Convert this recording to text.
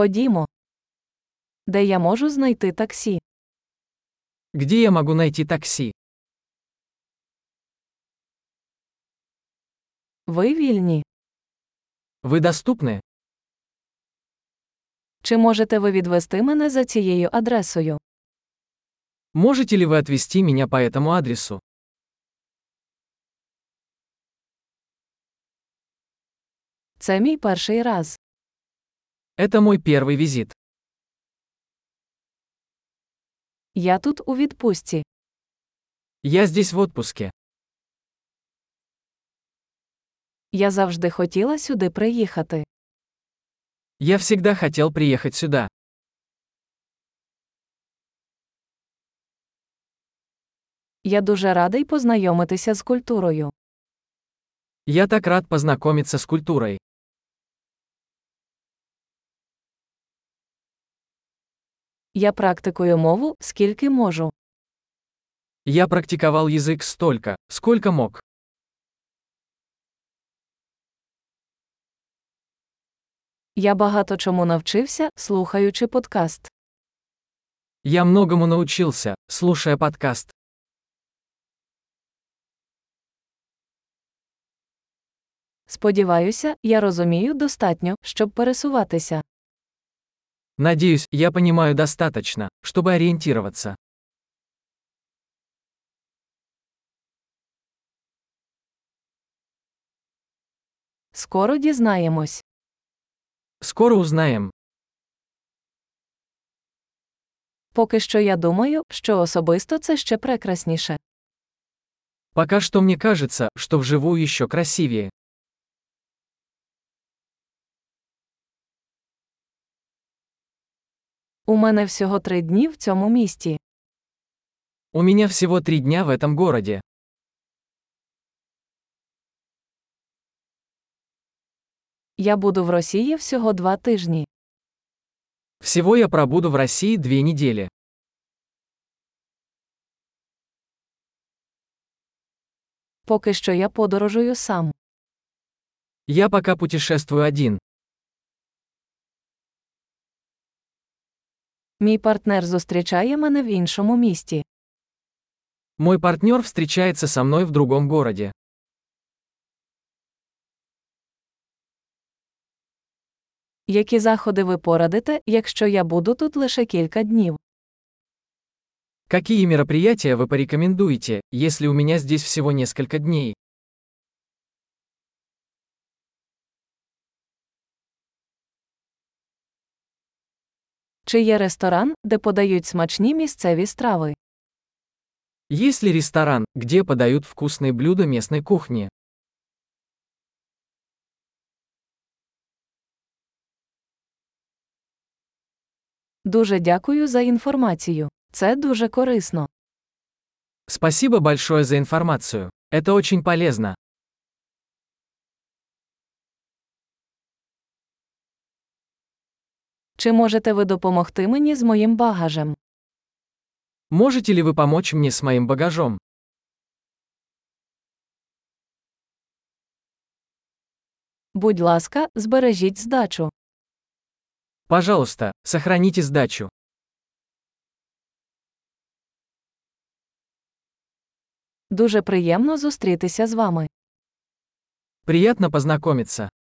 Ходімо. Де я можу знайти таксі? Где я могу найти такси? Ви вільні? Вы доступны? Чи можете ви відвести мене за цією адресою? Можете ли вы отвезти меня по этому адресу? Це мій перший раз. Это мой первый визит. Я тут у відпустці. Я здесь в отпуске. Я завжди хотіла сюди приїхати. Я всегда хотел приехать сюда. Я дуже радий познайомитися з культурою. Я так рад познакомиться с культурой. Я практикую мову, скільки можу. Я практиковал язык столько, сколько мог. Я багато чому навчився, слухаючи подкаст. Я многому научился, слушая подкаст. Сподіваюся, я розумію достатньо, щоб пересуватися. Надеюсь, я понимаю достаточно, чтобы ориентироваться. Скоро дізнаємось. Скоро узнаем. Поки що я думаю, що особисто це ще прекрасніше. Пока что мне кажется, что вживую еще красивее. У мене всього три дні в цьому місті. У меня всего три дня в этом городе. Я буду в Росії всього два тижні. Всего я пробуду в России две недели. Поки що я подорожую сам. Я пока путешествую один. Мій партнер зустрічає мене в іншому місті. Мой партнер встречается со мной в другом городе. Які заходи ви порадите, якщо я буду тут лише кілька днів? Какие мероприятия вы порекомендуете, если у меня здесь всего несколько дней? Чи є ресторан, де подають смачні місцеві страви? Есть ли ресторан, где подают вкусные блюда местной кухни? Дуже дякую за інформацію. Це дуже корисно. Спасибо большое за информацию. Это очень полезно. Чи можете ви допомогти мені з моїм багажем? Можете ли вы помочь мне с моим багажом? Будь ласка, збережіть здачу. Пожалуйста, сохраните сдачу. Дуже приємно зустрітися з вами. Приятно познакомиться.